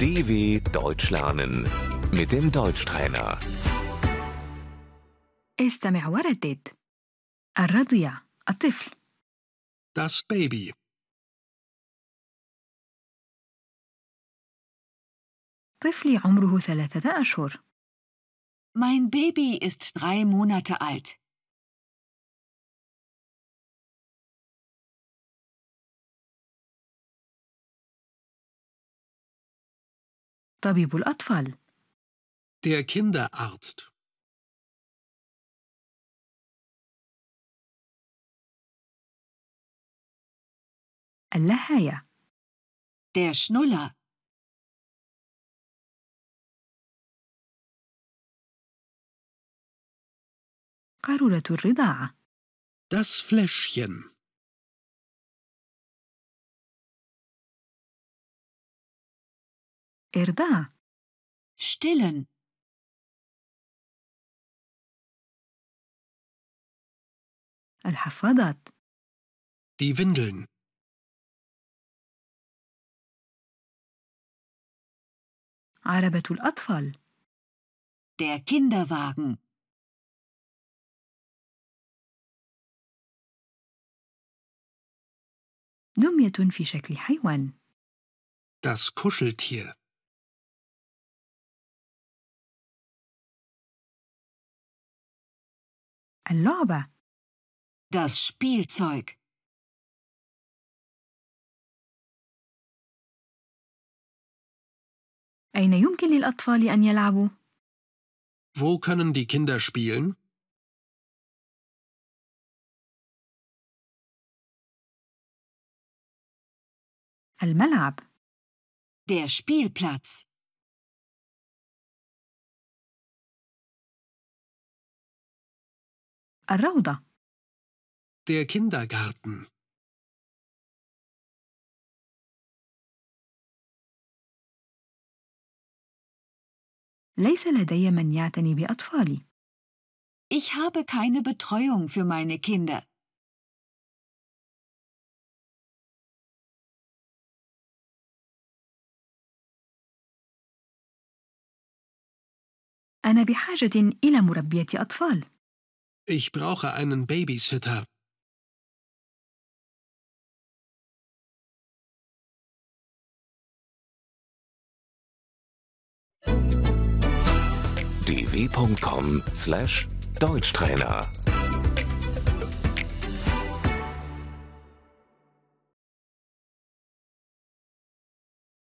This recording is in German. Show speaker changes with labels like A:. A: DW Deutsch lernen mit dem Deutschtrainer.
B: استمع وردد الرضيع الطفل
C: Das Baby.
B: طفلي عمره ثلاثة أشهر
D: Mein Baby ist drei Monate alt.
B: طبيب الأطفال
C: Der Kinderarzt.
B: اللهاية
D: Der Schnuller.
B: قارورة الرضاعة
C: Das Fläschchen.
B: إرضاع
D: Stillen.
B: الحفاضات
C: Die Windeln.
B: عربة الأطفال
D: Der Kinderwagen.
B: دمية في شكل حيوان
C: Das Kuscheltier.
B: اللعبة
D: Das Spielzeug.
B: أين يمكن للأطفال أن يلعبوا؟
C: Wo können die Kinder spielen?
B: الملعب
D: Der Spielplatz.
B: الروضة
C: Der Kindergarten.
B: ليس لدي من يعتني بأطفالي
D: Ich habe keine Betreuung für meine Kinder.
B: أنا بحاجة إلى مربية أطفال
C: Ich brauche einen Babysitter.
A: dw.com/deutschtrainer